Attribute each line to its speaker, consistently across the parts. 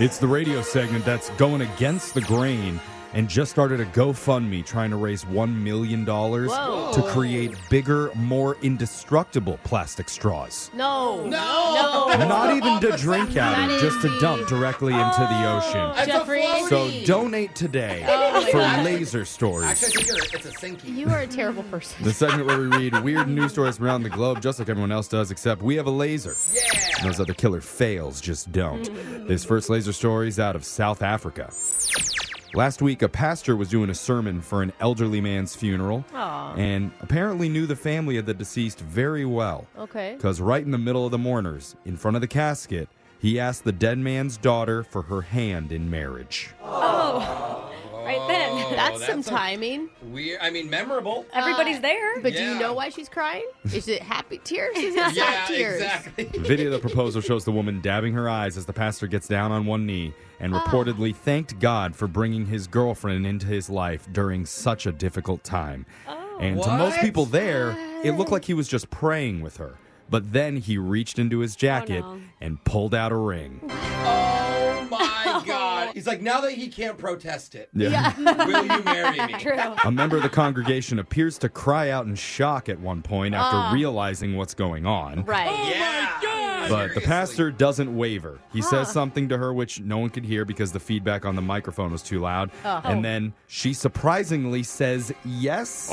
Speaker 1: It's the radio segment that's going against the grain and just started a GoFundMe trying to raise $1 million
Speaker 2: Whoa.
Speaker 1: to create bigger, more indestructible plastic straws.
Speaker 2: No.
Speaker 3: No.
Speaker 2: No.
Speaker 1: Not even to drink out of,
Speaker 2: That
Speaker 1: just to
Speaker 2: is
Speaker 1: dump
Speaker 2: the-
Speaker 1: directly into the ocean.
Speaker 3: That's a
Speaker 2: Jeffrey.
Speaker 3: floaty.
Speaker 1: So donate today
Speaker 2: Oh my
Speaker 1: for
Speaker 2: God.
Speaker 1: laser stories.
Speaker 3: Actually, I think you're, it's a sinky.
Speaker 2: You are a terrible person.
Speaker 1: The segment where we read weird news stories from around the globe, just like everyone else does, except we have a laser.
Speaker 3: yeah.
Speaker 1: Those other killer fails just don't. this first laser story is out of South Africa. Last week, a pastor was doing a sermon for an elderly man's funeral
Speaker 2: Aw.
Speaker 1: and apparently knew the family of the deceased very well.
Speaker 2: Okay.
Speaker 1: Because right in the middle of the mourners, in front of the casket, he asked the dead man's daughter for her hand in marriage.
Speaker 4: right
Speaker 1: Oh,
Speaker 4: then.
Speaker 2: that's, some
Speaker 3: that's a-
Speaker 2: timing.
Speaker 3: Weird. I mean, memorable.
Speaker 4: Everybody's there.
Speaker 2: But do
Speaker 3: Yeah.
Speaker 2: you know why she's crying? Is it happy tears? Is it
Speaker 3: yeah,
Speaker 2: sad tears?
Speaker 3: exactly.
Speaker 1: The video of the proposal shows the woman dabbing her eyes as the pastor gets down on one knee and reportedly thanked God for bringing his girlfriend into his life during such a difficult time. and to most
Speaker 3: What?
Speaker 1: people there, it looked like he was just praying with her. But then he reached into his jacket
Speaker 4: no.
Speaker 1: and pulled out a ring.
Speaker 3: Oh my God. He's like, now that he can't protest it,
Speaker 1: Yeah.
Speaker 3: will you marry me?
Speaker 1: a member of the congregation appears to cry out in shock at one point after realizing what's going on.
Speaker 3: Oh.
Speaker 2: Right.
Speaker 3: Yeah.
Speaker 1: But the
Speaker 3: Seriously.
Speaker 1: pastor doesn't waver. He says something to her which no one could hear because the feedback on the microphone was too loud. And then she surprisingly says yes.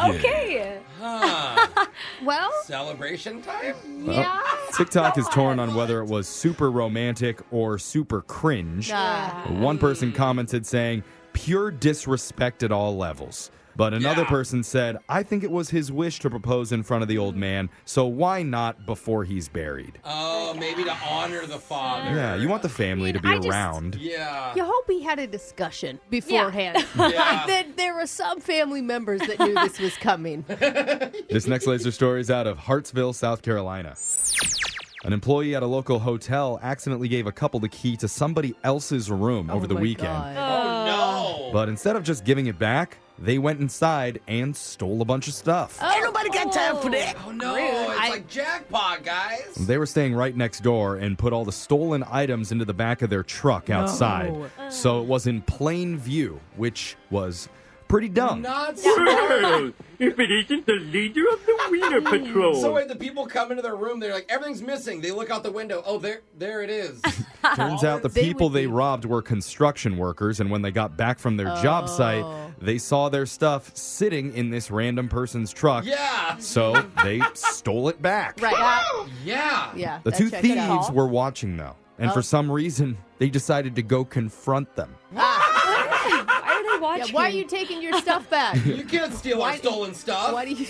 Speaker 4: Okay.
Speaker 3: Huh.
Speaker 2: Well,
Speaker 3: Celebration time?
Speaker 2: yeah.
Speaker 1: Uh, TikTok is torn on whether it was super romantic or super cringe.
Speaker 2: Nah.
Speaker 1: One person commented saying, pure disrespect at all levels. But another
Speaker 3: Yeah.
Speaker 1: person said, I think it was his wish to propose in front of the old man, so why not before he's buried?
Speaker 3: Oh, maybe to honor the father.
Speaker 1: Yeah, you want the family to be
Speaker 4: I just-
Speaker 1: around.
Speaker 3: Yeah.
Speaker 2: You hope we had a discussion beforehand.
Speaker 3: Yeah.
Speaker 2: that there were some family members that knew this was coming.
Speaker 1: This next laser story is out of Hartsville, South Carolina. An employee at a local hotel accidentally gave a couple the key to somebody else's room over
Speaker 2: Oh
Speaker 1: the
Speaker 2: my
Speaker 1: weekend.
Speaker 2: God.
Speaker 3: Oh, no.
Speaker 1: But instead of just giving it back, they went inside and stole a bunch of stuff.
Speaker 2: Ain't nobody got time for that.
Speaker 3: oh, no.
Speaker 2: Rude.
Speaker 3: It's
Speaker 2: I-
Speaker 3: like jackpot, guys.
Speaker 1: They were staying right next door and put all the stolen items into the back of their truck outside. So it was in plain view, which was pretty dumb.
Speaker 3: Not smart.
Speaker 5: Well, if it isn't the leader of the Wiener Patrol.
Speaker 3: So wait, the people come into their room. They're like, everything's missing. They look out the window. Oh, there, there it is.
Speaker 1: Turns out the
Speaker 2: They
Speaker 1: people
Speaker 2: would be-
Speaker 1: they robbed were construction workers, and when they got back from their job site,
Speaker 2: Oh.
Speaker 1: they saw their stuff sitting in this random person's truck.
Speaker 3: yeah,
Speaker 1: So they stole it back.
Speaker 2: Right. uh,
Speaker 3: yeah,
Speaker 2: yeah.
Speaker 1: The
Speaker 2: that
Speaker 1: two
Speaker 2: checks out. Oh.
Speaker 1: thieves were watching, though, and for some reason, they decided to go confront them.
Speaker 4: Why are they
Speaker 2: Yeah,
Speaker 4: watching?
Speaker 2: why are you taking your stuff back?
Speaker 3: You can't steal our
Speaker 2: Why-
Speaker 3: stolen stuff.
Speaker 2: Why do you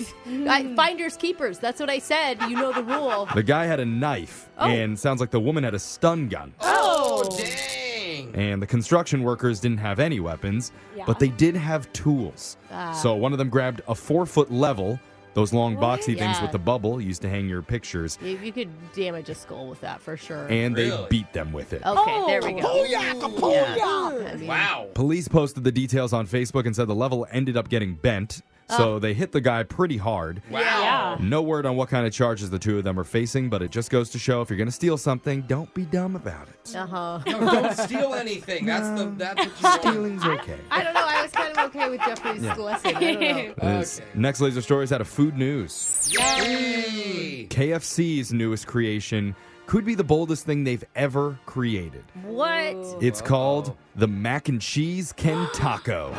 Speaker 2: I, finders keepers? That's what I said. You know the rule.
Speaker 1: The guy had a knife,
Speaker 2: Oh.
Speaker 1: and sounds like the woman had a stun gun.
Speaker 3: oh, dang!
Speaker 1: And the construction workers didn't have any weapons, but they did have tools. So one of them grabbed a four foot level, those long boxy things
Speaker 2: Yeah.
Speaker 1: with the bubble used to hang your pictures,
Speaker 2: You, you could damage a skull with that for sure.
Speaker 1: and they
Speaker 3: Really?
Speaker 1: beat them with it.
Speaker 2: okay, there we go. Yeah, I mean,
Speaker 3: Oh. Wow.
Speaker 1: Police posted the details on Facebook and said the level ended up getting bent, so they hit the guy pretty hard.
Speaker 3: Wow.
Speaker 4: Yeah.
Speaker 1: No word on what kind of charges the two of them are facing, but it just goes to show if you're going to steal something, don't be dumb about it.
Speaker 2: Uh-huh.
Speaker 3: No, don't steal anything. That's the that's what you want.
Speaker 1: Stealing's okay.
Speaker 2: I don't know. I was kind of okay with Jeffrey's lesson. I don't know.
Speaker 1: This
Speaker 3: Okay.
Speaker 1: next laser story is out of Food News.
Speaker 3: Yay!
Speaker 1: KFC's newest creation could be the boldest thing they've ever created.
Speaker 2: What?
Speaker 1: It's called the Mac and Cheese Ken Taco.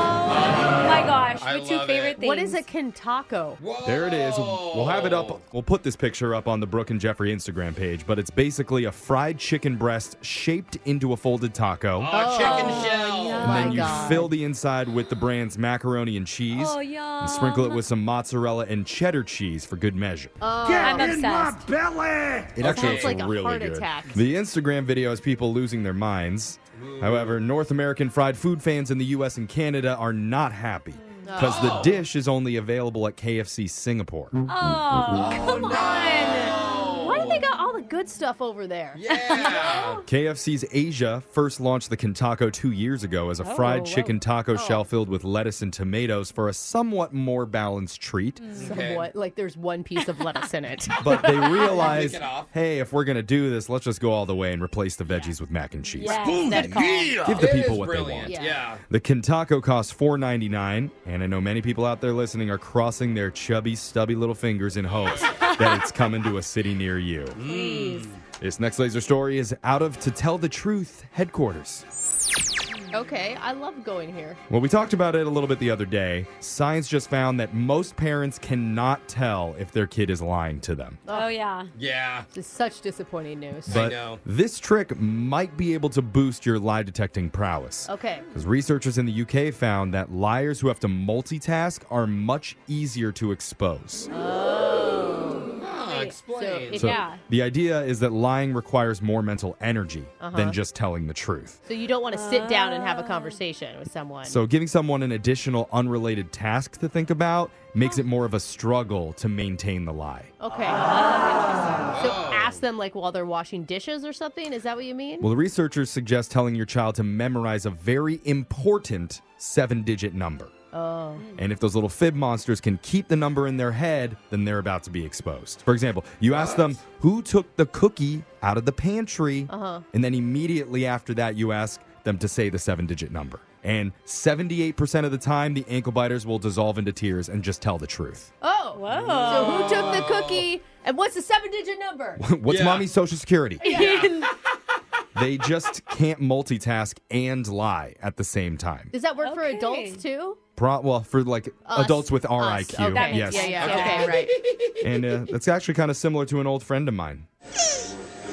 Speaker 4: Oh my gosh,
Speaker 3: I
Speaker 4: my two
Speaker 3: love
Speaker 4: favorite
Speaker 3: it.
Speaker 4: things.
Speaker 2: What is a kentaco?
Speaker 3: Whoa.
Speaker 1: There it is. We'll have it up. We'll put this picture up on the Brooke and Jeffrey Instagram page, but it's basically a fried chicken breast shaped into a folded taco.
Speaker 3: Oh, chicken
Speaker 2: yeah.
Speaker 3: shell.
Speaker 1: and then
Speaker 2: my
Speaker 1: you
Speaker 2: God.
Speaker 1: fill the inside with the brand's macaroni and cheese.
Speaker 4: Oh yeah.
Speaker 1: And sprinkle it with some mozzarella and cheddar cheese for good measure.
Speaker 4: I'm obsessed.
Speaker 1: It actually looks
Speaker 2: Sounds like a
Speaker 1: really
Speaker 2: heart
Speaker 1: good.
Speaker 2: attack.
Speaker 1: The Instagram video is people losing their minds. However, North American fried food fans in the U.S. and Canada are not happy because the dish is only available at KFC Singapore.
Speaker 4: Oh, come on.
Speaker 3: Oh.
Speaker 2: Why do they got all the good stuff over there?
Speaker 3: Yeah.
Speaker 1: KFC's Asia first launched the Kentaco two years ago as a fried
Speaker 2: whoa.
Speaker 1: chicken taco shell filled with lettuce and tomatoes for a somewhat more balanced treat.
Speaker 2: Somewhat. Like there's one piece of lettuce in it.
Speaker 1: But they realized,
Speaker 3: Pick it off.
Speaker 1: hey, if we're going to do this, let's just go all the way and replace the veggies with mac and cheese.
Speaker 4: Yes, that call.
Speaker 1: Give the
Speaker 3: It
Speaker 1: people
Speaker 3: is
Speaker 1: what they
Speaker 3: brilliant.
Speaker 1: want.
Speaker 2: Yeah.
Speaker 3: Yeah.
Speaker 1: The Kentaco costs $4.99, and I know many people out there listening are crossing their chubby, stubby little fingers in hopes that it's coming to a city near you. Mm.
Speaker 4: Please.
Speaker 1: This next laser story is out of To Tell the Truth headquarters.
Speaker 2: Okay, I love going here.
Speaker 1: Well, we talked about it a little bit the other day. Science just found that most parents cannot tell if their kid is lying to them.
Speaker 4: Oh yeah.
Speaker 3: Yeah.
Speaker 2: This is such disappointing news.
Speaker 1: But
Speaker 3: know.
Speaker 1: this trick might be able to boost your lie detecting prowess.
Speaker 2: okay.
Speaker 1: Because researchers in the UK found that liars who have to multitask are much easier to expose.
Speaker 3: Ah, explain.
Speaker 4: so-
Speaker 1: So
Speaker 4: Yeah.
Speaker 1: the idea is that lying requires more mental energy than just telling the truth.
Speaker 2: So you don't want to sit down and
Speaker 3: Uh.
Speaker 2: have a conversation with someone.
Speaker 1: So giving someone an additional unrelated task to think about makes it more of a struggle to maintain the lie.
Speaker 2: okay.
Speaker 4: Ah.
Speaker 2: So ask them like while they're washing dishes or something. Is that what you mean?
Speaker 1: Well, the researchers suggest telling your child to memorize a very important seven digit number.
Speaker 2: oh.
Speaker 1: And if those little fib monsters can keep the number in their head, then they're about to be exposed. For example, you ask them who took the cookie out of the pantry,
Speaker 2: Uh-huh.
Speaker 1: and then immediately after that, you ask them to say the seven digit number. And 78% of the time, the ankle biters will dissolve into tears and just tell the truth.
Speaker 2: Oh.
Speaker 4: Whoa.
Speaker 2: So who took the cookie and what's the seven digit number?
Speaker 1: What's
Speaker 3: Yeah.
Speaker 1: mommy's social security?
Speaker 4: Yeah.
Speaker 1: they just can't multitask and lie at the same time.
Speaker 2: Does that work for
Speaker 4: Okay.
Speaker 2: adults too?
Speaker 1: Pro- well, for like
Speaker 2: Us.
Speaker 1: adults with RIQ.
Speaker 2: Us. Okay.
Speaker 4: That
Speaker 1: yes.
Speaker 4: makes
Speaker 2: Yeah, yeah.
Speaker 4: sense.
Speaker 2: Okay, right.
Speaker 1: And uh, that's actually kind of similar to an old friend of mine.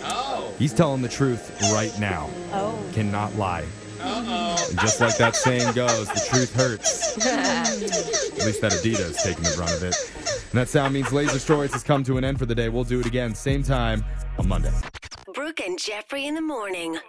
Speaker 3: oh.
Speaker 1: He's telling the truth right now.
Speaker 4: oh.
Speaker 1: Cannot lie.
Speaker 3: Uh-oh.
Speaker 1: And just like that saying goes, the truth hurts. At least that Adidas taking the brunt of it. And that sound means Laser Stories has come to an end for the day. We'll do it again, same time on Monday.
Speaker 6: Brooke and Jeffrey in the morning.